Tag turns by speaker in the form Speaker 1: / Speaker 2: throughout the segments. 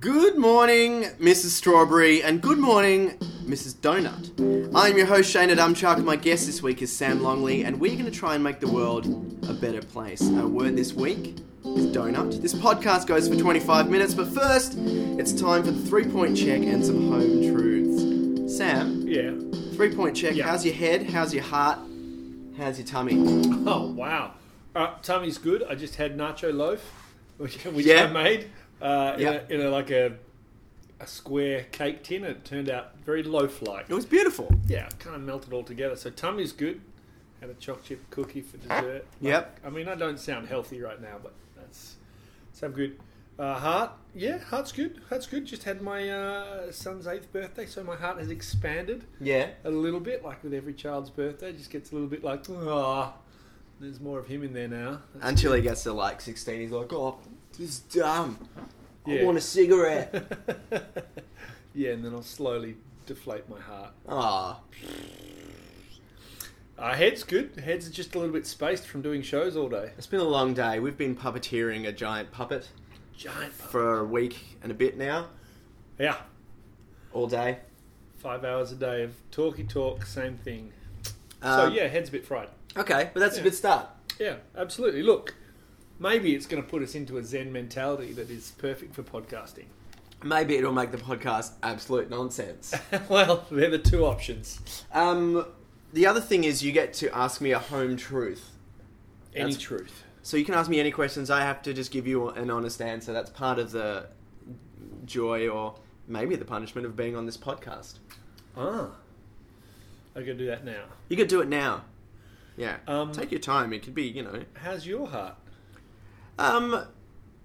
Speaker 1: Good morning, Mrs. Strawberry, and good morning, Mrs. Donut. I'm your host, Shana Dumchuk. My guest this week is Sam Longley, and we're going to try and make the world a better place. Our word this week is donut. This podcast goes for 25 minutes, but first, it's time for the three point check and some home truths. Sam,
Speaker 2: Yeah.
Speaker 1: three point check.
Speaker 2: Yeah.
Speaker 1: How's your head? How's your heart? How's your tummy?
Speaker 2: Oh wow. Uh, tummy's good. I just had nacho loaf, which, which
Speaker 1: Yeah.
Speaker 2: I made uh,
Speaker 1: Yeah.
Speaker 2: in, a, in a, like a a square cake tin. and It turned out very loaf-like.
Speaker 1: It was beautiful.
Speaker 2: Yeah, kind of melted all together. So tummy's good. Had a choc chip cookie for dessert. Like,
Speaker 1: Yep.
Speaker 2: I mean, I don't sound healthy right now, but that's so good. Uh, heart, yeah, heart's good. Heart's good. Just had my uh, son's eighth birthday, so my heart has expanded.
Speaker 1: Yeah.
Speaker 2: a little bit, like with every child's birthday, just gets a little bit like, ah, there's more of him in there now.
Speaker 1: Until he gets to like 16, he's like, oh, this is dumb. I
Speaker 2: Yeah.
Speaker 1: want a cigarette.
Speaker 2: yeah, and then I'll slowly deflate my heart.
Speaker 1: Ah,
Speaker 2: Our head's good. Head's just a little bit spaced from doing shows all day.
Speaker 1: it's been a long day. We've been puppeteering a giant puppet
Speaker 2: Giant. pu-
Speaker 1: for a week and a bit now,
Speaker 2: Yeah,
Speaker 1: all day.
Speaker 2: five hours a day of talky talk, same thing. so
Speaker 1: Um,
Speaker 2: yeah, head's a bit fried.
Speaker 1: Okay, but that's a
Speaker 2: Yeah.
Speaker 1: good start.
Speaker 2: Yeah, absolutely. Look, maybe it's going to put us into a Zen mentality that is perfect for podcasting.
Speaker 1: Maybe it'll make the podcast absolute nonsense.
Speaker 2: well, they're the two options.
Speaker 1: um, the other thing is, you get to ask me a home truth.
Speaker 2: Any
Speaker 1: That's-
Speaker 2: truth.
Speaker 1: So you can ask me any questions. I have to just give you an honest answer. That's part of the joy or maybe the punishment of being on this podcast.
Speaker 2: Ah. I could do that now.
Speaker 1: You could do it now. Yeah.
Speaker 2: Um,
Speaker 1: Take your time. It could be, you know.
Speaker 2: How's your heart?
Speaker 1: Um,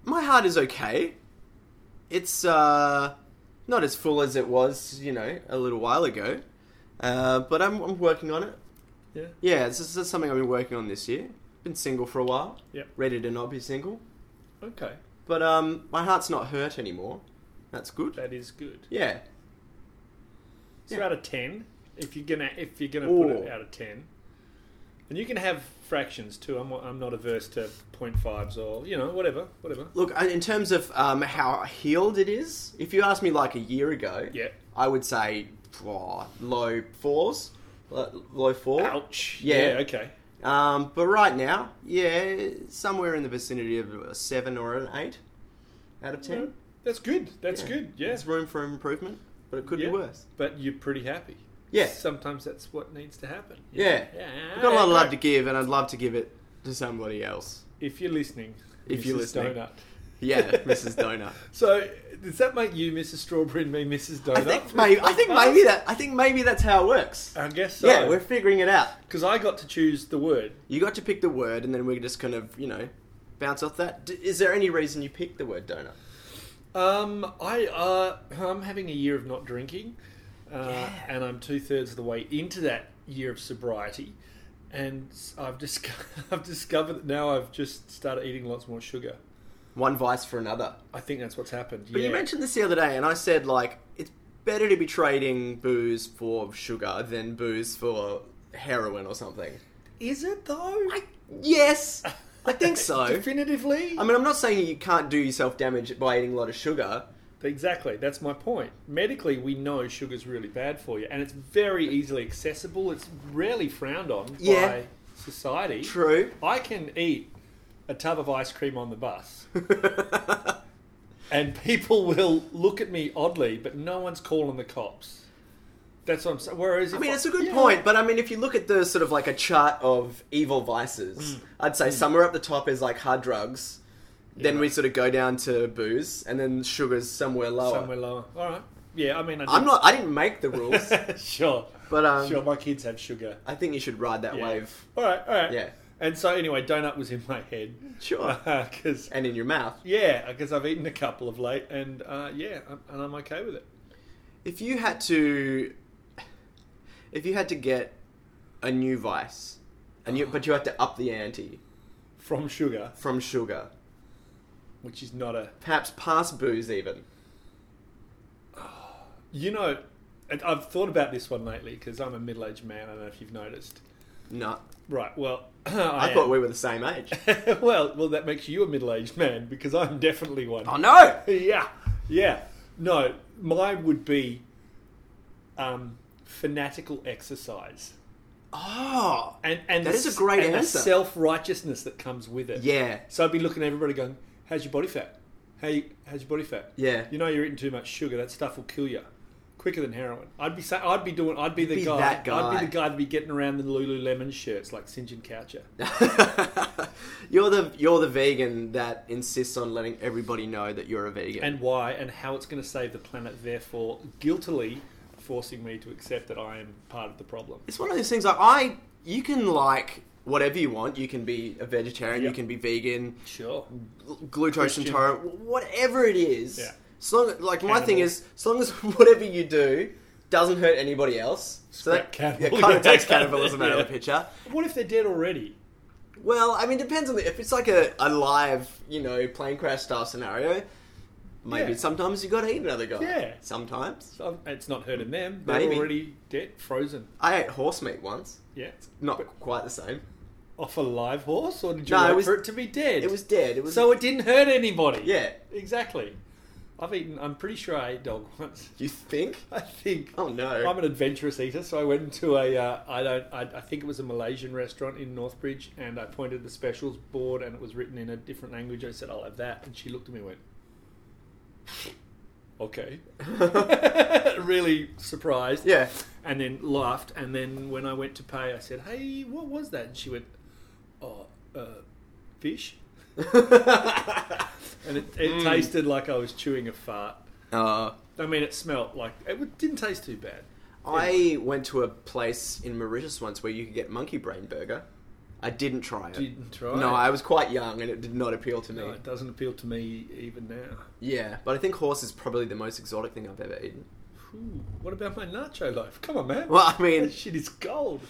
Speaker 1: my heart is okay. It's uh, not as full as it was, you know, a little while ago. Uh, but I'm, I'm working on it.
Speaker 2: Yeah.
Speaker 1: Yeah, this is, this is something I've been working on this year. Been single for a while.
Speaker 2: Yep.
Speaker 1: Ready to not be single.
Speaker 2: Okay.
Speaker 1: But um, my heart's not hurt anymore. That's good.
Speaker 2: That is good.
Speaker 1: Yeah.
Speaker 2: So
Speaker 1: Yeah.
Speaker 2: out of ten, if you're gonna if you're gonna put
Speaker 1: Ooh.
Speaker 2: it out of ten, and you can have fractions too. I'm I'm not averse to point fives or you know whatever whatever.
Speaker 1: Look, I- in terms of um, how healed it is, if you asked me like a year ago,
Speaker 2: Yeah.
Speaker 1: I would say oh, low fours, Lo- low four.
Speaker 2: Ouch.
Speaker 1: Yeah.
Speaker 2: okay.
Speaker 1: Um, but right now, yeah, somewhere in the vicinity of a seven or an eight out of ten.
Speaker 2: No, that's good. Mm-hmm. That's good. Yeah.
Speaker 1: There's room for improvement, but it could
Speaker 2: Yeah.
Speaker 1: be worse.
Speaker 2: But you're pretty happy.
Speaker 1: Yeah.
Speaker 2: Sometimes that's what needs to happen.
Speaker 1: Yeah.
Speaker 2: Yeah.
Speaker 1: I've got a lot of love to
Speaker 2: Great.
Speaker 1: give, and I'd love to give it to somebody else.
Speaker 2: If you're listening.
Speaker 1: If you're
Speaker 2: Mrs.
Speaker 1: listening.
Speaker 2: Donut.
Speaker 1: Yeah, Mrs. Donut.
Speaker 2: So does that make you Mrs. Strawberry and me Mrs. Donut?
Speaker 1: I think maybe, I think maybe that I think maybe that's how it works.
Speaker 2: I guess
Speaker 1: Yeah,
Speaker 2: Uh, so.
Speaker 1: we're figuring it out.
Speaker 2: Because I got to choose the word.
Speaker 1: You got to pick the word, and then we're just kind of you know bounce off that. D- is there any reason you picked the word donut?
Speaker 2: Um, I uh, I'm having a year of not drinking, uh,
Speaker 1: Yeah.
Speaker 2: and I'm two thirds of the way into that year of sobriety, and I've disco- I've discovered that now I've just started eating lots more sugar.
Speaker 1: One vice for another.
Speaker 2: I think that's what's happened.
Speaker 1: But
Speaker 2: yeah.
Speaker 1: you mentioned this the other day, and I said like it's better to be trading booze for sugar than booze for heroin or something.
Speaker 2: is it though?
Speaker 1: I, yes, I think so.
Speaker 2: Definitively.
Speaker 1: I mean, I'm not saying you can't do yourself damage by eating a lot of sugar.
Speaker 2: Exactly, that's my point. Medically, we know sugar's really bad for you, and it's very easily accessible. It's rarely frowned on
Speaker 1: Yeah.
Speaker 2: by society.
Speaker 1: True.
Speaker 2: I can eat a tub of ice cream on the bus, and people will look at me oddly, but no one's calling the cops. That's what I'm saying. Whereas,
Speaker 1: I
Speaker 2: if
Speaker 1: mean, it's a good
Speaker 2: Yeah.
Speaker 1: point, but I mean, if you look at the sort of like a chart of evil vices,
Speaker 2: Mm.
Speaker 1: I'd say somewhere up the top is like hard drugs. Then
Speaker 2: Yeah.
Speaker 1: we sort of go down to booze, and then sugar's somewhere lower.
Speaker 2: somewhere lower. All right. Yeah, I mean, I
Speaker 1: I'm not. I didn't make the rules,
Speaker 2: sure.
Speaker 1: but um,
Speaker 2: sure, my kids have sugar.
Speaker 1: I think you should ride that
Speaker 2: Yeah.
Speaker 1: wave.
Speaker 2: All right, all right.
Speaker 1: Yeah,
Speaker 2: And so, anyway, donut was in my head
Speaker 1: sure.
Speaker 2: because
Speaker 1: and in your mouth.
Speaker 2: Yeah, because I've eaten a couple of late, and uh, yeah, I'm, and I'm okay with it.
Speaker 1: If you had to, if you had to get a new vice, and you but you had to up the ante
Speaker 2: From sugar,
Speaker 1: from sugar,
Speaker 2: which is not a,
Speaker 1: perhaps past booze even.
Speaker 2: you know, and I've thought about this one lately because I'm a middle-aged man. I don't know if you've noticed.
Speaker 1: No,
Speaker 2: Right. Well,
Speaker 1: I,
Speaker 2: I,
Speaker 1: thought
Speaker 2: am.
Speaker 1: we were the same age.
Speaker 2: well, well, that makes you a middle-aged man because I'm definitely one.
Speaker 1: oh no!
Speaker 2: Yeah, Yeah. No, mine would be um, fanatical exercise.
Speaker 1: Oh,
Speaker 2: And and
Speaker 1: That
Speaker 2: the
Speaker 1: is
Speaker 2: s-
Speaker 1: a great
Speaker 2: and
Speaker 1: answer.
Speaker 2: The self righteousness that comes with it.
Speaker 1: yeah,
Speaker 2: So I'd be looking at everybody going, "How's your body fat? How you, how's your body fat?
Speaker 1: yeah.
Speaker 2: You know you're eating too much sugar. That stuff will kill you quicker than heroin." I'd be say, I'd be doing. I'd be the
Speaker 1: Be
Speaker 2: guy,
Speaker 1: that guy.
Speaker 2: I'd be the guy to be getting around the Lululemon shirts like St John Coucher.
Speaker 1: you're the you're the vegan that insists on letting everybody know that you're a vegan.
Speaker 2: and why and how it's going to save the planet, therefore guiltily forcing me to accept that I am part of the problem.
Speaker 1: it's one of those things like I you can like whatever you want. You can be a vegetarian,
Speaker 2: Yeah.
Speaker 1: you can be vegan,
Speaker 2: Sure.
Speaker 1: gl- glucose
Speaker 2: Christian.
Speaker 1: intolerant, wh- whatever it is.
Speaker 2: Yeah.
Speaker 1: So long, like my thing
Speaker 2: Cannibal.
Speaker 1: is, so long as whatever you do doesn't hurt anybody else. So that
Speaker 2: Scrap cannibal.
Speaker 1: yeah, kind of takes
Speaker 2: Yeah.
Speaker 1: cannibalism out of the
Speaker 2: Yeah.
Speaker 1: picture.
Speaker 2: What if they're dead already?
Speaker 1: Well, I mean, depends on the, if it's like a, a live, you know, plane crash style scenario. Maybe
Speaker 2: Yeah.
Speaker 1: sometimes you got to eat another guy.
Speaker 2: Yeah.
Speaker 1: Sometimes
Speaker 2: So it's not hurting them. They're
Speaker 1: Maybe.
Speaker 2: already dead, frozen.
Speaker 1: I ate horse meat once.
Speaker 2: Yeah.
Speaker 1: Not quite the same.
Speaker 2: Off a live horse, or did you
Speaker 1: No, it
Speaker 2: wait
Speaker 1: was-
Speaker 2: for it to be dead?
Speaker 1: It was dead. It was
Speaker 2: so it didn't hurt anybody.
Speaker 1: yeah.
Speaker 2: Exactly. I've eaten. I'm pretty sure I ate dog once.
Speaker 1: You think?
Speaker 2: I think.
Speaker 1: Oh no.
Speaker 2: I'm an adventurous eater, so I went to a. Uh, I don't. I, I think it was a Malaysian restaurant in Northbridge, and I pointed at the specials board, and it was written in a different language. I said, "I'll have that," and she looked at me and went, "Okay," really surprised,
Speaker 1: yeah.
Speaker 2: and then laughed. And then when I went to pay, I said, "Hey, what was that?" And she went, "Oh, uh, fish," and it, it
Speaker 1: Mm.
Speaker 2: tasted like I was chewing a fart.
Speaker 1: Uh,
Speaker 2: I mean, it smelt like it w- didn't taste too bad.
Speaker 1: I went to a place in Mauritius once where you could get monkey brain burger. I didn't try it.
Speaker 2: Didn't try.
Speaker 1: No, I was quite young and it did not appeal to me.
Speaker 2: No, it doesn't appeal to me even now.
Speaker 1: Yeah, but I think horse is probably the most exotic thing I've ever eaten.
Speaker 2: Ooh, what about my nacho life? Come on, man.
Speaker 1: Well, I mean,
Speaker 2: that shit is gold.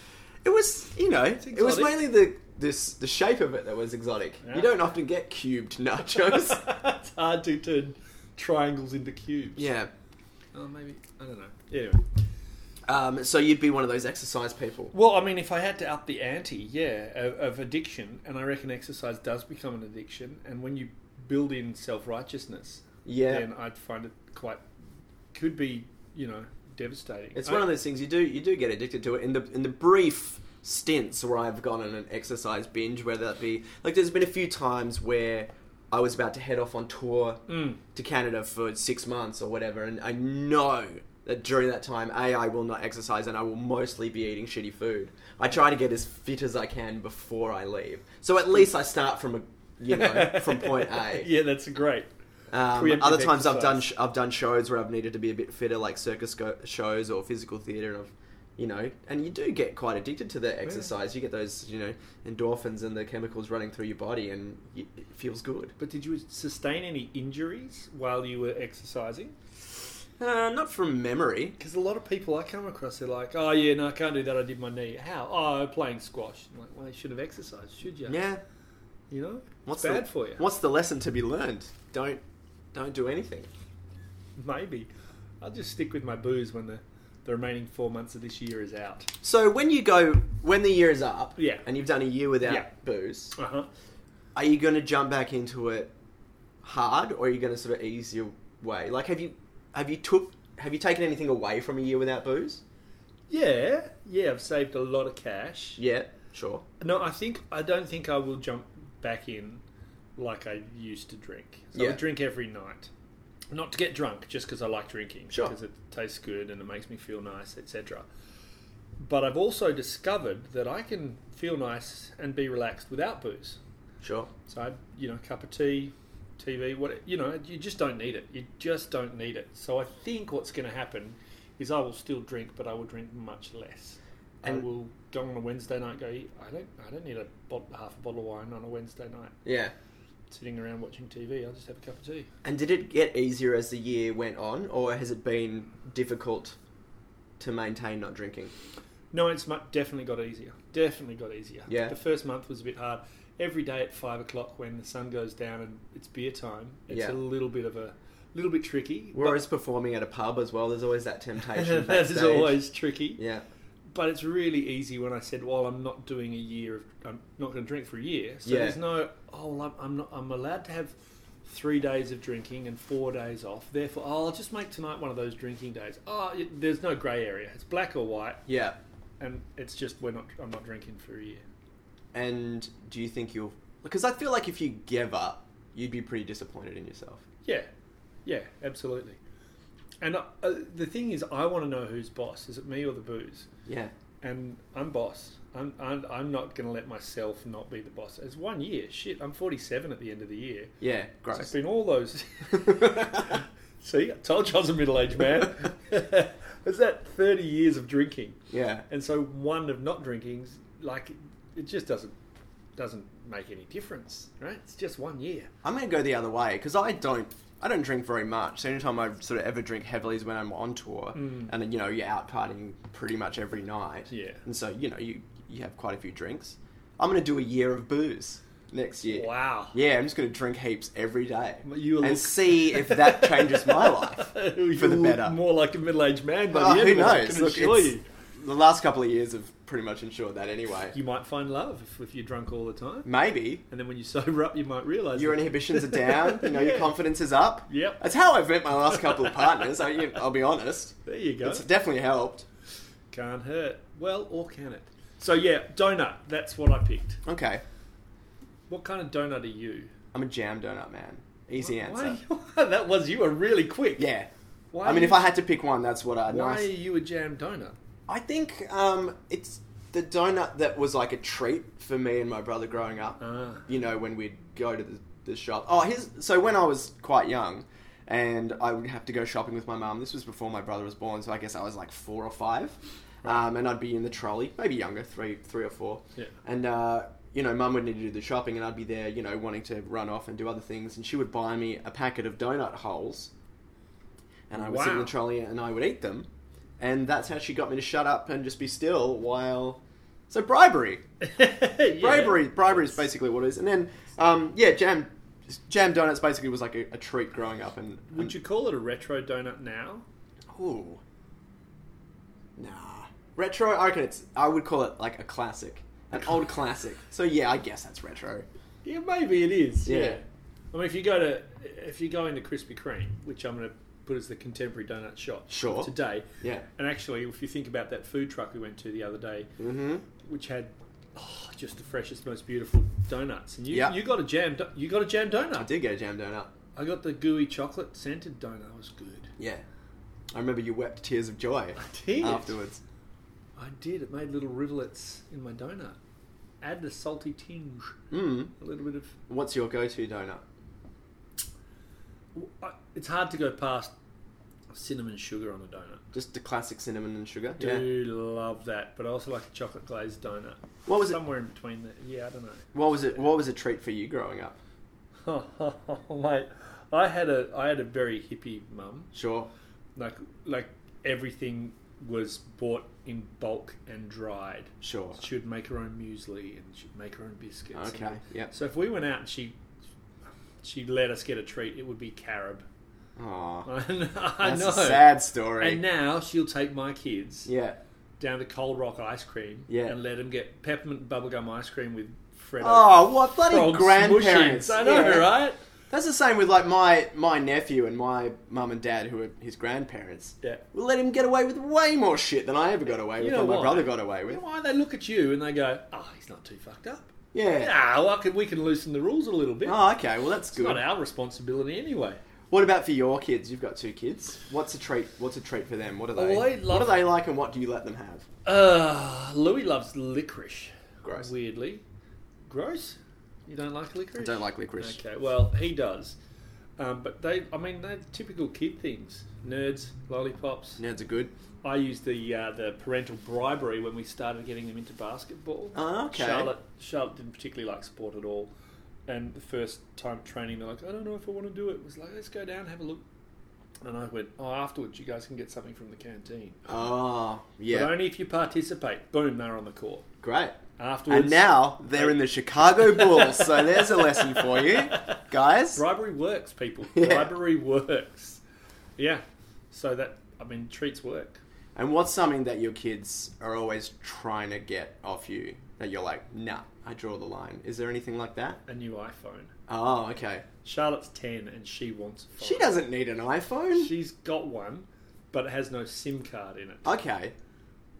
Speaker 1: It was, you know, it was
Speaker 2: exotic.
Speaker 1: mainly the this the shape of it that was exotic.
Speaker 2: Yeah.
Speaker 1: You don't often get cubed nachos.
Speaker 2: it's hard to turn triangles into cubes.
Speaker 1: yeah.
Speaker 2: Oh, maybe. I don't know. Anyway.
Speaker 1: Um, so you'd be one of those exercise people.
Speaker 2: Well, I mean, if I had to up the ante, yeah, of, of addiction, and I reckon exercise does become an addiction, and when you build in self righteousness,
Speaker 1: Yeah.
Speaker 2: then I'd find it quite. could be, you know, devastating.
Speaker 1: It's
Speaker 2: I-
Speaker 1: one of those things you do you do get addicted to it in the in the brief stints where I've gone on an exercise binge, whether that be like there's been a few times where I was about to head off on tour
Speaker 2: Mm,
Speaker 1: to Canada for six months or whatever, and I know that during that time, A, I will not exercise and I will mostly be eating shitty food. I try to get as fit as I can before I leave. So at least I start from a you know, from point A.
Speaker 2: yeah, that's great.
Speaker 1: Um,
Speaker 2: Preemptive
Speaker 1: other times I've done
Speaker 2: exercise.
Speaker 1: sh- I've done shows where I've needed to be a bit fitter, like circus go- shows or physical theatre, and I've you know, and you do get quite addicted to the exercise. You get those you know endorphins and the chemicals running through your body, and y it feels good.
Speaker 2: But did you sustain any injuries while you were exercising?
Speaker 1: Uh, not from memory.
Speaker 2: Because a lot of people I come across, they're like, "Oh yeah, no, I can't do that. I did my knee. How? Oh, playing squash. I'm like, well, you should have exercised, should you?
Speaker 1: Yeah.
Speaker 2: You know,
Speaker 1: What's
Speaker 2: it's bad
Speaker 1: the,
Speaker 2: for you.
Speaker 1: What's the lesson to be learned? Don't don't do anything.
Speaker 2: Maybe I'll just stick with my booze when the the remaining four months of this year is out.
Speaker 1: So when you go when the year is up,
Speaker 2: Yeah.
Speaker 1: and you've done a year without
Speaker 2: Yeah.
Speaker 1: booze,
Speaker 2: Uh huh.
Speaker 1: are you going to jump back into it hard, or are you going to sort of ease your way? Like, have you have you took have you taken anything away from a year without booze?
Speaker 2: Yeah, yeah. I've saved a lot of cash.
Speaker 1: Yeah, sure.
Speaker 2: No, I think I don't think I will jump back in like I used to drink. So I
Speaker 1: Yeah.
Speaker 2: drink every night, not to get drunk, just because I like drinking,
Speaker 1: Sure.
Speaker 2: because it tastes good and it makes me feel nice, etc. But I've also discovered that I can feel nice and be relaxed without booze.
Speaker 1: Sure.
Speaker 2: So I, you know, cup of tea, TV, what you know, you just don't need it. You just don't need it. So I think what's going to happen is I will still drink, but I will drink much less. I
Speaker 1: And-
Speaker 2: will go on a Wednesday night. Go, I don't, I don't need a bot- half a bottle of wine on a Wednesday night.
Speaker 1: Yeah.
Speaker 2: Sitting around watching TV, I'll just have a cup of tea.
Speaker 1: And did it get easier as the year went on, or has it been difficult to maintain not drinking?
Speaker 2: No, it's mu- definitely got easier. Definitely got easier.
Speaker 1: Yeah.
Speaker 2: The first month was a bit hard. Every day at five o'clock, when the sun goes down and it's beer time, it's
Speaker 1: Yeah.
Speaker 2: a little bit of a little bit tricky. but-
Speaker 1: Whereas performing at a pub as well, there's always that temptation.
Speaker 2: that is
Speaker 1: backstage.
Speaker 2: always tricky.
Speaker 1: Yeah.
Speaker 2: but it's really easy when I said, "Well, I'm not doing a year of, I'm not going to drink for a year." So
Speaker 1: Yeah.
Speaker 2: there's no, "Oh, well, I'm, I'm not, I'm allowed to have three days of drinking and four days off. Therefore, oh, I'll just make tonight one of those drinking days. Oh, it, there's no grey area. It's black or white,
Speaker 1: Yeah.
Speaker 2: and it's just we're not. I'm not drinking for a year.
Speaker 1: And do you think you'll? Because I feel like if you give up, you'd be pretty disappointed in yourself.
Speaker 2: Yeah, yeah, absolutely. And uh, uh, the thing is, I want to know who's boss. Is it me or the booze?
Speaker 1: Yeah.
Speaker 2: And I'm boss. I'm I'm, I'm not going to let myself not be the boss. It's one year. Shit, I'm 47 at the end of the year.
Speaker 1: Yeah.
Speaker 2: So It's
Speaker 1: Gross.
Speaker 2: been all those. See, I told you I was a middle-aged man. it's that 30 years of drinking,
Speaker 1: yeah.
Speaker 2: and so one of not drinking's like it just doesn't doesn't make any difference, right? It's just one year.
Speaker 1: I'm gonna go the other way because I don't. I don't drink very much. The only time I sort of ever drink heavily is when I'm on tour,
Speaker 2: Mm.
Speaker 1: and then, you know you're out partying pretty much every night.
Speaker 2: Yeah.
Speaker 1: And so you know you you have quite a few drinks. I'm gonna do a year of booze next year.
Speaker 2: Wow.
Speaker 1: Yeah, I'm just gonna drink heaps every day
Speaker 2: You
Speaker 1: and
Speaker 2: look-
Speaker 1: see if that changes my life.
Speaker 2: You
Speaker 1: for the
Speaker 2: look
Speaker 1: better.
Speaker 2: More like a middle-aged man by
Speaker 1: Well,
Speaker 2: the end.
Speaker 1: who
Speaker 2: of it, I
Speaker 1: knows?
Speaker 2: can
Speaker 1: Look,
Speaker 2: assure
Speaker 1: it's-
Speaker 2: you.
Speaker 1: The last couple of years have pretty much ensured that anyway.
Speaker 2: You might find love if, if you're drunk all the time,
Speaker 1: Maybe
Speaker 2: and then when you sober up, you might realize
Speaker 1: your
Speaker 2: that-
Speaker 1: inhibitions are down. You know your
Speaker 2: Yeah.
Speaker 1: confidence is up.
Speaker 2: Yep.
Speaker 1: That's how I've met my last couple of partners. I, you- I'll be honest.
Speaker 2: There you go.
Speaker 1: It's definitely helped.
Speaker 2: Can't hurt. Well, or can it? So yeah, donut. That's what I picked.
Speaker 1: Okay,
Speaker 2: What kind of donut are you?
Speaker 1: I'm a jam donut man. Easy
Speaker 2: Why-
Speaker 1: answer.
Speaker 2: why- that was you were really quick.
Speaker 1: Yeah.
Speaker 2: Why
Speaker 1: I mean,
Speaker 2: are
Speaker 1: if I had to pick one, that's what I'd.
Speaker 2: you- why
Speaker 1: nice.
Speaker 2: are you a jam donut?
Speaker 1: I think um, it's the donut that was like a treat for me and my brother growing up.
Speaker 2: Ah.
Speaker 1: You know, when we'd go to the, the shop. Oh, here's so when I was quite young, and I would have to go shopping with my mum. This was before my brother was born, so I guess I was like four or five, um, and I'd be in the trolley, maybe younger, three, three or four.
Speaker 2: Yeah.
Speaker 1: And uh, you know, mum would need to do the shopping, and I'd be there, you know, wanting to run off and do other things, and she would buy me a packet of donut holes, and I would sit in the
Speaker 2: Wow.
Speaker 1: trolley and I would eat them, and that's how she got me to shut up and just be still while. So bribery,
Speaker 2: Yeah.
Speaker 1: bribery, bribery is basically what it is, and then um, yeah, jam, jam donuts basically was like a, a treat growing up, and
Speaker 2: Would you call it a retro donut now?
Speaker 1: ooh, nah, retro. I reckon it's. I would call it like a classic, an old classic. So yeah, I guess that's retro.
Speaker 2: Yeah, maybe it is.
Speaker 1: Yeah.
Speaker 2: I mean, if you go to if you go into Krispy Kreme, which I'm going to put as the contemporary donut shop
Speaker 1: Sure.
Speaker 2: today,
Speaker 1: Yeah.
Speaker 2: and actually, if you think about that food truck we went to the other day,
Speaker 1: Mm-hmm.
Speaker 2: which had oh, just the freshest, most beautiful donuts, and you
Speaker 1: Yeah.
Speaker 2: you got a jam do- you got a jam
Speaker 1: I
Speaker 2: donut.
Speaker 1: did get a jam donut.
Speaker 2: I got the gooey chocolate scented donut. It was good.
Speaker 1: Yeah, I remember you wept tears of joy
Speaker 2: I did.
Speaker 1: afterwards.
Speaker 2: I did. It made little rivulets in my donut. Add the salty tinge,
Speaker 1: Mm.
Speaker 2: a little bit of.
Speaker 1: What's your go-to donut?
Speaker 2: I- It's hard to go past cinnamon sugar on a donut.
Speaker 1: Just the classic cinnamon and sugar.
Speaker 2: Do love that, but I also like a chocolate glazed donut.
Speaker 1: What was it?
Speaker 2: Somewhere in between there. Yeah, I don't know.
Speaker 1: What was it? What was a treat for you growing up?
Speaker 2: Mate, I had a I had a very hippie mum.
Speaker 1: Sure.
Speaker 2: Like like everything was bought in bulk and dried.
Speaker 1: Sure.
Speaker 2: She'd make her own muesli and she'd make her own biscuits. and-
Speaker 1: Okay. Yep.
Speaker 2: So if we went out and she she let us get a treat, it would be carob.
Speaker 1: Aw.
Speaker 2: I know. I
Speaker 1: That's
Speaker 2: know.
Speaker 1: a sad story.
Speaker 2: And now she'll take my kids
Speaker 1: yeah.
Speaker 2: down to Cold Rock ice cream
Speaker 1: Yeah.
Speaker 2: and let them get peppermint bubblegum ice cream with Freddo.
Speaker 1: Oh, what bloody
Speaker 2: frog
Speaker 1: grandparents!
Speaker 2: smooshies. I know,
Speaker 1: Yeah.
Speaker 2: right?
Speaker 1: That's the same with like my my nephew and my mum and dad, who are his grandparents.
Speaker 2: Yeah.
Speaker 1: We let him get away with way more shit than I ever got away
Speaker 2: You
Speaker 1: with,
Speaker 2: know
Speaker 1: and my
Speaker 2: why?
Speaker 1: brother got away
Speaker 2: You
Speaker 1: with.
Speaker 2: know why they look at you and they go, "Oh, he's not too fucked up."
Speaker 1: Yeah.
Speaker 2: Nah, well, I can, we can loosen the rules a little bit.
Speaker 1: Oh, okay. Well, that's
Speaker 2: it's
Speaker 1: good.
Speaker 2: not our responsibility anyway.
Speaker 1: What about for your kids? You've got two kids. What's a treat? What's a treat for them? What are
Speaker 2: Oh,
Speaker 1: they?
Speaker 2: I
Speaker 1: what
Speaker 2: love-
Speaker 1: are they like, and what do you let them have?
Speaker 2: Uh, Louis loves licorice.
Speaker 1: Gross.
Speaker 2: Weirdly, gross. You don't like
Speaker 1: I
Speaker 2: licorice?
Speaker 1: don't like licorice.
Speaker 2: Okay, well he does, um, but they. I mean, they're typical kid things: nerds, lollipops.
Speaker 1: Nerds are good.
Speaker 2: I used the uh, the parental bribery when we started getting them into basketball.
Speaker 1: Oh, okay.
Speaker 2: Charlotte Charlotte didn't particularly like sport at all, and the first time training, they're like, I don't know if I want to do it. It was like, let's go down have a look. And I went, oh, afterwards you guys can get something from the canteen,
Speaker 1: Oh, yeah.
Speaker 2: but only if you participate. Boom, they're on the court.
Speaker 1: Great.
Speaker 2: Afterwards,
Speaker 1: And now they're in the Chicago Bulls, so there's a lesson for you, guys.
Speaker 2: bribery works, people.
Speaker 1: Yeah.
Speaker 2: Bribery works. Yeah. So that I mean, treats work.
Speaker 1: And what's something that your kids are always trying to get off you that you're like, nah, I draw the line? Is there anything like that?
Speaker 2: A new iPhone.
Speaker 1: Oh, okay.
Speaker 2: Charlotte's 10 and she wants a phone.
Speaker 1: She doesn't need an iPhone.
Speaker 2: She's got one, but it has no SIM card in it.
Speaker 1: okay,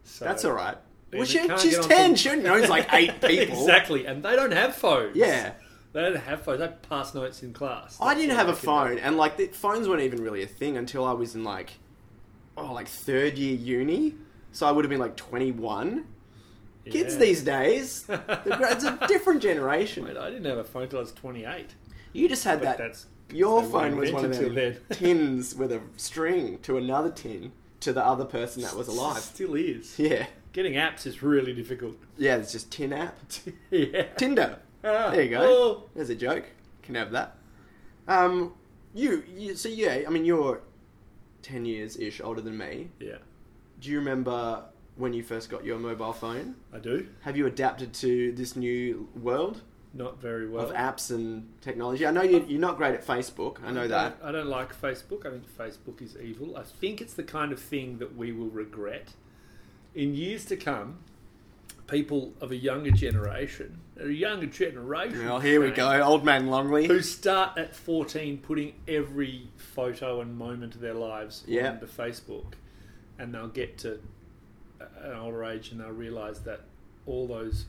Speaker 2: So
Speaker 1: that's all right.
Speaker 2: and
Speaker 1: Well,
Speaker 2: it
Speaker 1: she,
Speaker 2: can't
Speaker 1: she's
Speaker 2: get onto-
Speaker 1: 10. She knows like eight people.
Speaker 2: exactly, and they don't have phones.
Speaker 1: Yeah.
Speaker 2: They don't have phones. They pass notes in class.
Speaker 1: I
Speaker 2: That's
Speaker 1: didn't
Speaker 2: all
Speaker 1: have a
Speaker 2: they can do.
Speaker 1: phone, and like the phones weren't even really a thing until I was in like, oh, like third year uni. So I would have been like 21. Kids
Speaker 2: Yeah.
Speaker 1: these days, they're gra- it's a different
Speaker 2: Mate,
Speaker 1: generation.
Speaker 2: I didn't have a phone till I was 28.
Speaker 1: You just had
Speaker 2: But
Speaker 1: that.
Speaker 2: that's
Speaker 1: Your
Speaker 2: they weren't
Speaker 1: phone was one of
Speaker 2: invented
Speaker 1: them
Speaker 2: till then.
Speaker 1: tins with a string to another tin to the other person that was alive.
Speaker 2: Still is.
Speaker 1: Yeah,
Speaker 2: Getting apps is really difficult.
Speaker 1: yeah. It's just tin app.
Speaker 2: yeah.
Speaker 1: Tinder.
Speaker 2: Ah,
Speaker 1: There you go.
Speaker 2: oh.
Speaker 1: There's a joke. Can have that. Um, you, you. So yeah, I mean, you're ten years ish older than me.
Speaker 2: Yeah.
Speaker 1: Do you remember when you first got your mobile phone?
Speaker 2: I do.
Speaker 1: Have you adapted to this new world
Speaker 2: Not very well.
Speaker 1: of apps and technology? I know you, you're not great at Facebook. I know that.
Speaker 2: I don't like Facebook. I think Facebook is evil. I think it's the kind of thing that we will regret in years to come. People of a younger generation, a younger generation.
Speaker 1: Well, here we
Speaker 2: Shane,
Speaker 1: go, old man Longley.
Speaker 2: Who start at 14 putting every photo and moment of their lives
Speaker 1: Yeah.
Speaker 2: onto Facebook. And they'll get to a- an older age and they'll realize that all those,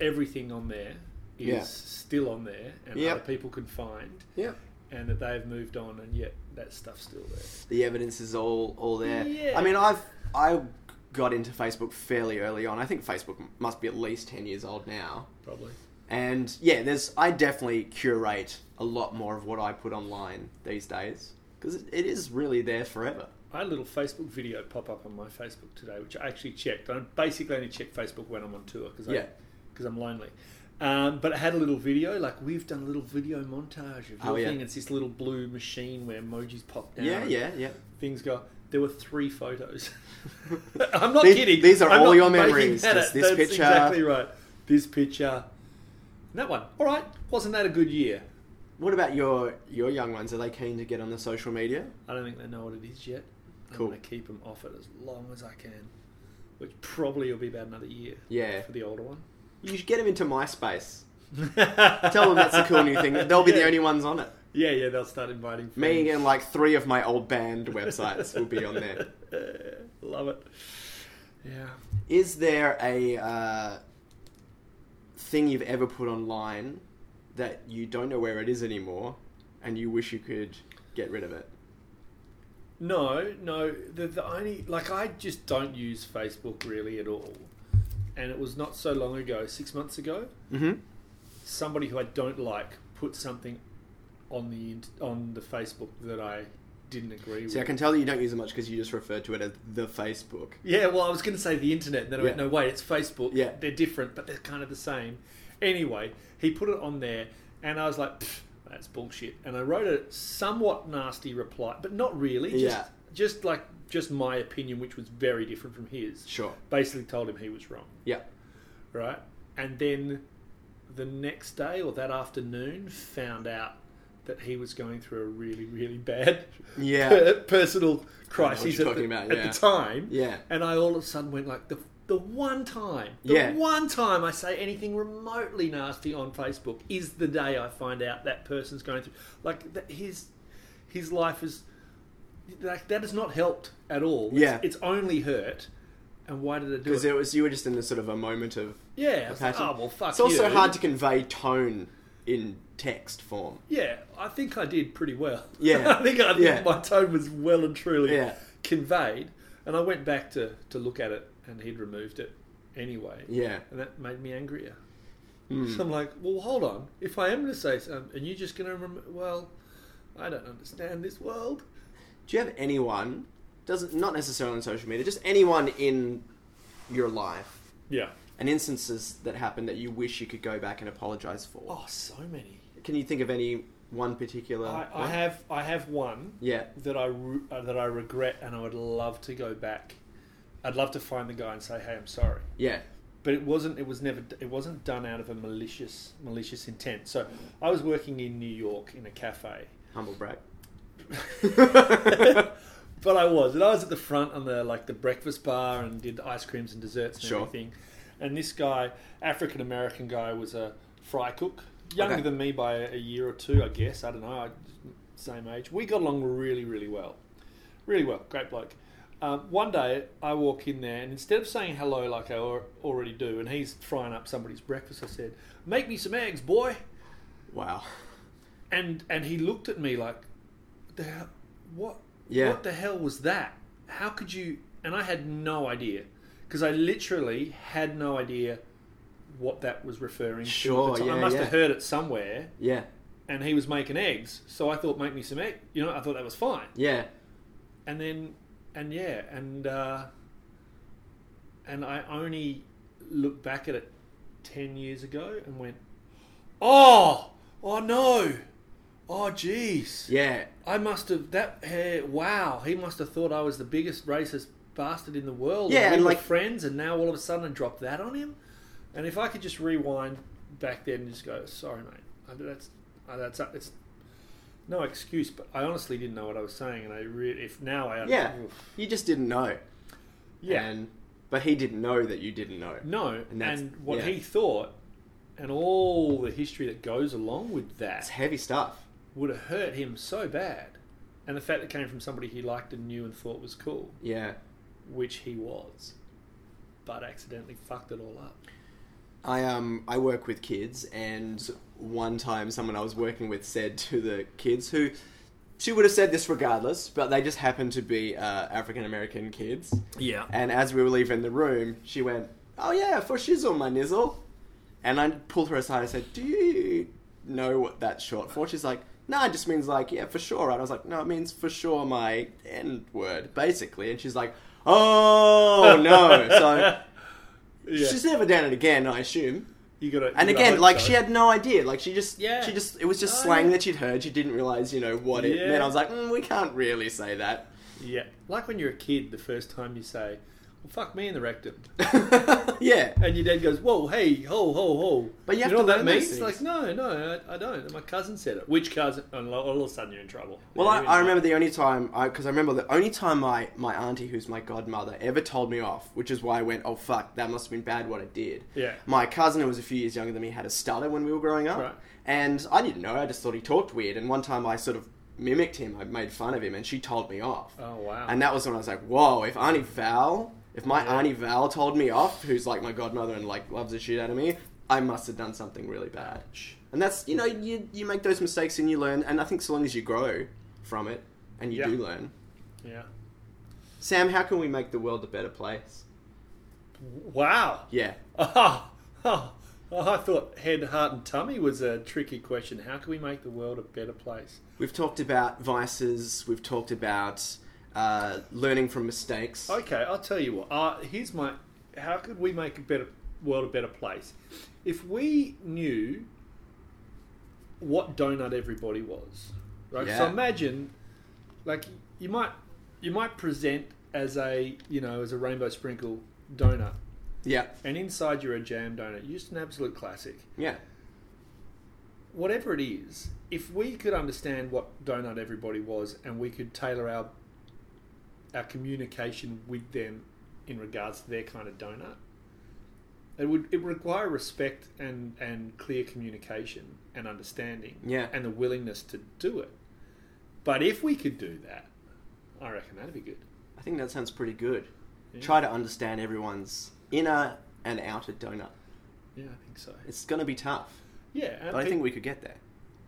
Speaker 2: everything on there is
Speaker 1: Yeah.
Speaker 2: still on there and
Speaker 1: Yep.
Speaker 2: other people can find
Speaker 1: yeah.
Speaker 2: and that they've moved on, and yet that stuff's still there.
Speaker 1: The evidence is all all there.
Speaker 2: Yeah.
Speaker 1: I mean, I've I got into Facebook fairly early on. I think Facebook must be at least ten years old now.
Speaker 2: Probably.
Speaker 1: And yeah, there's I definitely curate a lot more of what I put online these days because it, it is really there forever.
Speaker 2: I had a little Facebook video pop up on my Facebook today, which I actually checked. I basically only check Facebook when I'm on tour because
Speaker 1: Yeah.
Speaker 2: because I'm lonely. Um, but it had a little video, like we've done a little video montage of your
Speaker 1: Oh, yeah.
Speaker 2: thing. It's this little blue machine where emojis pop down.
Speaker 1: Yeah,
Speaker 2: and
Speaker 1: yeah, yeah.
Speaker 2: Things go. There were three photos. I'm not
Speaker 1: These-
Speaker 2: kidding.
Speaker 1: these are
Speaker 2: I'm
Speaker 1: all
Speaker 2: not
Speaker 1: your
Speaker 2: making
Speaker 1: memories.
Speaker 2: that
Speaker 1: Just
Speaker 2: up.
Speaker 1: this
Speaker 2: That's
Speaker 1: picture.
Speaker 2: Exactly right. This picture. And that one. All right. Wasn't that a good year?
Speaker 1: What about your your young ones? Are they keen to get on the social media?
Speaker 2: I don't think they know what it is yet.
Speaker 1: Cool.
Speaker 2: I'm going to keep them off it as long as I can, which probably will be about another year.
Speaker 1: Yeah.
Speaker 2: For the older one.
Speaker 1: You should get them into MySpace. Tell
Speaker 2: Tell
Speaker 1: them that's a cool new thing. They'll be the only ones on it.
Speaker 2: Yeah, yeah, they'll start inviting friends.
Speaker 1: Me and like three of my old band websites will be on there.
Speaker 2: Love it. Yeah.
Speaker 1: Is there a uh, thing you've ever put online that you don't know where it is anymore, and you wish you could get rid of it?
Speaker 2: No, no. The, the only like I just don't use Facebook really at all, and it was not so long ago, six months ago,
Speaker 1: Mm-hmm.
Speaker 2: somebody who I don't like put something on the int- on the Facebook that I didn't agree with.
Speaker 1: See, I can tell that you don't use it much because you just refer to it as the Facebook.
Speaker 2: Yeah, well, I was going to say the internet, and then I went,
Speaker 1: Yeah.
Speaker 2: no, wait, it's Facebook.
Speaker 1: Yeah.
Speaker 2: They're different, but they're kind of the same. Anyway, he put it on there, and I was like, "Pfft, that's bullshit. And I wrote a somewhat nasty reply, but not really. Just,
Speaker 1: Yeah.
Speaker 2: just like, just my opinion, which was very different from his.
Speaker 1: Sure.
Speaker 2: Basically told him he was wrong,
Speaker 1: Yeah.
Speaker 2: right? And then the next day or that afternoon, found out that he was going through a really, really bad
Speaker 1: Yeah.
Speaker 2: personal crisis
Speaker 1: you're
Speaker 2: at, the,
Speaker 1: talking about,
Speaker 2: at
Speaker 1: yeah.
Speaker 2: the time.
Speaker 1: Yeah.
Speaker 2: And I all of a sudden went like the the one time, the
Speaker 1: Yeah.
Speaker 2: one time I say anything remotely nasty on Facebook is the day I find out that person's going through like that his his life is like that has not helped at all. It's-
Speaker 1: Yeah.
Speaker 2: it's, only hurt. And why did I do
Speaker 1: Because
Speaker 2: it?
Speaker 1: it was you were just in a sort of a moment of.
Speaker 2: yeah, I was like,
Speaker 1: passion.
Speaker 2: oh well, fuck.
Speaker 1: It's also
Speaker 2: you.
Speaker 1: hard to convey tone in text form.
Speaker 2: Yeah, I think I did pretty well.
Speaker 1: Yeah.
Speaker 2: I think I think
Speaker 1: Yeah.
Speaker 2: my tone was well and truly
Speaker 1: Yeah.
Speaker 2: conveyed. And I went back to, to look at it and he'd removed it anyway.
Speaker 1: Yeah. Hmm.
Speaker 2: And that made me angrier. So I'm like, well, hold on. If I am going to say something and you're just going to, rem- well, I don't understand this world.
Speaker 1: Do you have anyone? Doesn't not necessarily on social media, just anyone in your life
Speaker 2: Yeah.
Speaker 1: and instances that happened that you wish you could go back and apologize for.
Speaker 2: Oh, so many.
Speaker 1: Can you think of any one particular?
Speaker 2: I, I
Speaker 1: one?
Speaker 2: have I have one
Speaker 1: Yeah.
Speaker 2: that I re- uh, that I regret and I would love to go back. I'd love to find the guy and say, hey, I'm sorry.
Speaker 1: Yeah.
Speaker 2: but it wasn't it was never it wasn't done out of a malicious malicious intent so i was working in new york in a cafe
Speaker 1: Humble brag.
Speaker 2: But I was, and I was at the front on the like the breakfast bar and did ice creams and desserts and
Speaker 1: Sure.
Speaker 2: everything. And this guy, African American guy, was a fry cook, younger
Speaker 1: Okay.
Speaker 2: than me by a year or two, I guess. I don't know, I, same age. We got along really, really well, really well. Great bloke. Um, one day I walk in there, and instead of saying hello like I al- already do, and he's frying up somebody's breakfast, I said, "Make me some eggs, boy."
Speaker 1: Wow.
Speaker 2: and and he looked at me like, the hell, what?
Speaker 1: Yeah.
Speaker 2: What the hell was that? How could you? And I had no idea because I literally had no idea what that was referring to.
Speaker 1: Sure,
Speaker 2: at the time. I
Speaker 1: yeah,
Speaker 2: must
Speaker 1: yeah.
Speaker 2: have heard it somewhere,
Speaker 1: Yeah.
Speaker 2: and he was making eggs, so I thought, make me some egg. You know, I thought that was fine.
Speaker 1: Yeah.
Speaker 2: And then, and yeah, and uh, and I only looked back at it ten years ago and went, oh, oh no, oh jeez.
Speaker 1: Yeah.
Speaker 2: I must have that. Hey, wow, he must have thought I was the biggest racist bastard in the world.
Speaker 1: Yeah,
Speaker 2: and we
Speaker 1: and
Speaker 2: were
Speaker 1: like-
Speaker 2: friends, and now all of a sudden I dropped that on him. And if I could just rewind back then and just go, sorry, mate, I, that's I, that's it's no excuse. But I honestly didn't know what I was saying, and I really, if now I
Speaker 1: Yeah.
Speaker 2: Um, oof.
Speaker 1: You just didn't know.
Speaker 2: yeah
Speaker 1: And, but he didn't know that you didn't know.
Speaker 2: no,
Speaker 1: And
Speaker 2: and,
Speaker 1: that's-
Speaker 2: what
Speaker 1: yeah.
Speaker 2: he thought, and all the history that goes along with that.
Speaker 1: It's heavy stuff.
Speaker 2: would have hurt him so bad. And the fact that it came from somebody he liked and knew and thought was cool,
Speaker 1: Yeah.
Speaker 2: which he was, but accidentally fucked it all up.
Speaker 1: I um I work with kids, and one time someone I was working with said to the kids who she would have said this regardless, but they just happened to be uh, African American kids.
Speaker 2: Yeah.
Speaker 1: And as we were leaving the room, she went, "Oh yeah, for shizzle, my nizzle," and I pulled her aside and said, "Do you know what that's short for?" She's like, "No, it just means like yeah, for sure." Right? I was like, "No, it means for sure my N word, basically." And she's like, "Oh no!" so
Speaker 2: Yeah.
Speaker 1: she's never done it again, I assume.
Speaker 2: you got
Speaker 1: And again, like she had no idea. Like she just,
Speaker 2: Yeah.
Speaker 1: she just, it was just
Speaker 2: Oh,
Speaker 1: slang
Speaker 2: yeah.
Speaker 1: that she'd heard. She didn't realize, you know, what it
Speaker 2: Yeah.
Speaker 1: meant. I was like, mm, we can't really say that.
Speaker 2: Yeah. Like when you're a kid, the first time you say, well, fuck me in the rectum.
Speaker 1: yeah,
Speaker 2: And your dad goes, whoa, hey, ho, ho, ho.
Speaker 1: But you have
Speaker 2: know
Speaker 1: to
Speaker 2: what that
Speaker 1: learn those
Speaker 2: means? It's like,
Speaker 1: things.
Speaker 2: no, no, I, I don't. And my cousin said it. Which cousin? And all all of a sudden you're in trouble.
Speaker 1: Well,
Speaker 2: You're
Speaker 1: I,
Speaker 2: in
Speaker 1: I remember the only time, because I, remember the only time my, my auntie, who's my godmother, ever told me off, which is why I went, oh fuck, that must have been bad what I did.
Speaker 2: Yeah.
Speaker 1: My cousin, who was a few years younger than me, had a stutter when we were growing up.
Speaker 2: Right.
Speaker 1: And I didn't know, I just thought he talked weird. And one time I sort of mimicked him, I made fun of him, and she told me off.
Speaker 2: Oh, wow.
Speaker 1: And that was when I was like, whoa, if Auntie Val, if my
Speaker 2: Yeah.
Speaker 1: Auntie Val told me off, who's like my godmother and like loves the shit out of me, I must have done something really bad. And that's, you know, you, you make those mistakes and you learn. And I think so long as you grow from it and you
Speaker 2: Yeah.
Speaker 1: do learn.
Speaker 2: Yeah.
Speaker 1: Sam, how can we make the world a better place?
Speaker 2: Wow.
Speaker 1: Yeah.
Speaker 2: Oh, oh, oh, I thought head, heart, and tummy was a tricky question. How can we make the world a better place?
Speaker 1: We've talked about vices, we've talked about uh, learning from mistakes.
Speaker 2: Okay, I'll tell you what. Uh, here's my. How could we make a better world a better place? If we knew what donut everybody was, right? So
Speaker 1: Yeah.
Speaker 2: imagine, like you might you might present as a you know as a rainbow sprinkle donut,
Speaker 1: Yeah.
Speaker 2: and inside you're a jam donut. Just an absolute classic.
Speaker 1: Yeah.
Speaker 2: whatever it is, if we could understand what donut everybody was and we could tailor our our communication with them in regards to their kind of donut, it would it would require respect and and clear communication and understanding,
Speaker 1: Yeah.
Speaker 2: and the willingness to do it. But if we could do that, I reckon that'd be good.
Speaker 1: I think that sounds pretty good.
Speaker 2: Yeah.
Speaker 1: Try to understand everyone's inner and outer donut.
Speaker 2: Yeah, I think so.
Speaker 1: It's going to be tough,
Speaker 2: Yeah, and
Speaker 1: but I
Speaker 2: pe-
Speaker 1: think we could get there.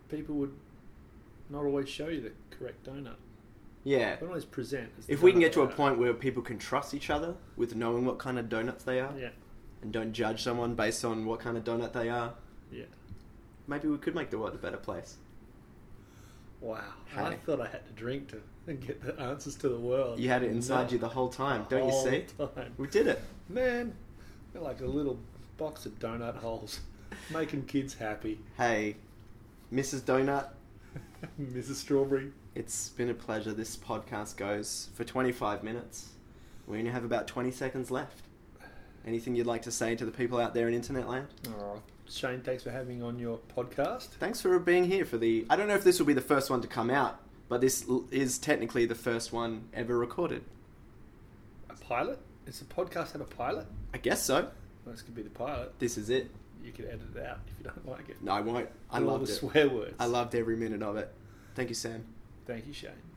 Speaker 2: people would not always show you the correct donut.
Speaker 1: Yeah.
Speaker 2: They don't always present. as the
Speaker 1: If we can
Speaker 2: donut
Speaker 1: get to a
Speaker 2: they are.
Speaker 1: point where people can trust each other with knowing what kind of donuts they are
Speaker 2: yeah,
Speaker 1: and don't judge someone based on what kind of donut they are,
Speaker 2: yeah.
Speaker 1: maybe we could make the world a better place.
Speaker 2: Wow.
Speaker 1: Hey.
Speaker 2: I thought I had to drink to get the answers to the world.
Speaker 1: You had it inside
Speaker 2: No.
Speaker 1: you the whole time, don't
Speaker 2: Whole
Speaker 1: you see?
Speaker 2: time.
Speaker 1: We did it.
Speaker 2: Man, they're like a little box of donut holes, making kids happy.
Speaker 1: Hey, Mrs. Donut,
Speaker 2: Mrs. Strawberry.
Speaker 1: it's been a pleasure. This podcast goes for 25 minutes. We only have about 20 seconds left. Anything you'd like to say to the people out there in internet land?
Speaker 2: Oh, Shane, thanks for having me on your podcast.
Speaker 1: Thanks for being here for the. I don't know if this will be the first one to come out, but this l- is technically the first one ever recorded.
Speaker 2: A pilot? Does the podcast have a pilot?
Speaker 1: I guess so.
Speaker 2: Well, this could be the pilot.
Speaker 1: This is it.
Speaker 2: You could edit it out if you don't like it.
Speaker 1: No, I won't. I
Speaker 2: With all
Speaker 1: loved
Speaker 2: the
Speaker 1: it.
Speaker 2: swear words.
Speaker 1: I loved every minute of it. Thank you, Sam.
Speaker 2: Thank you, Shane.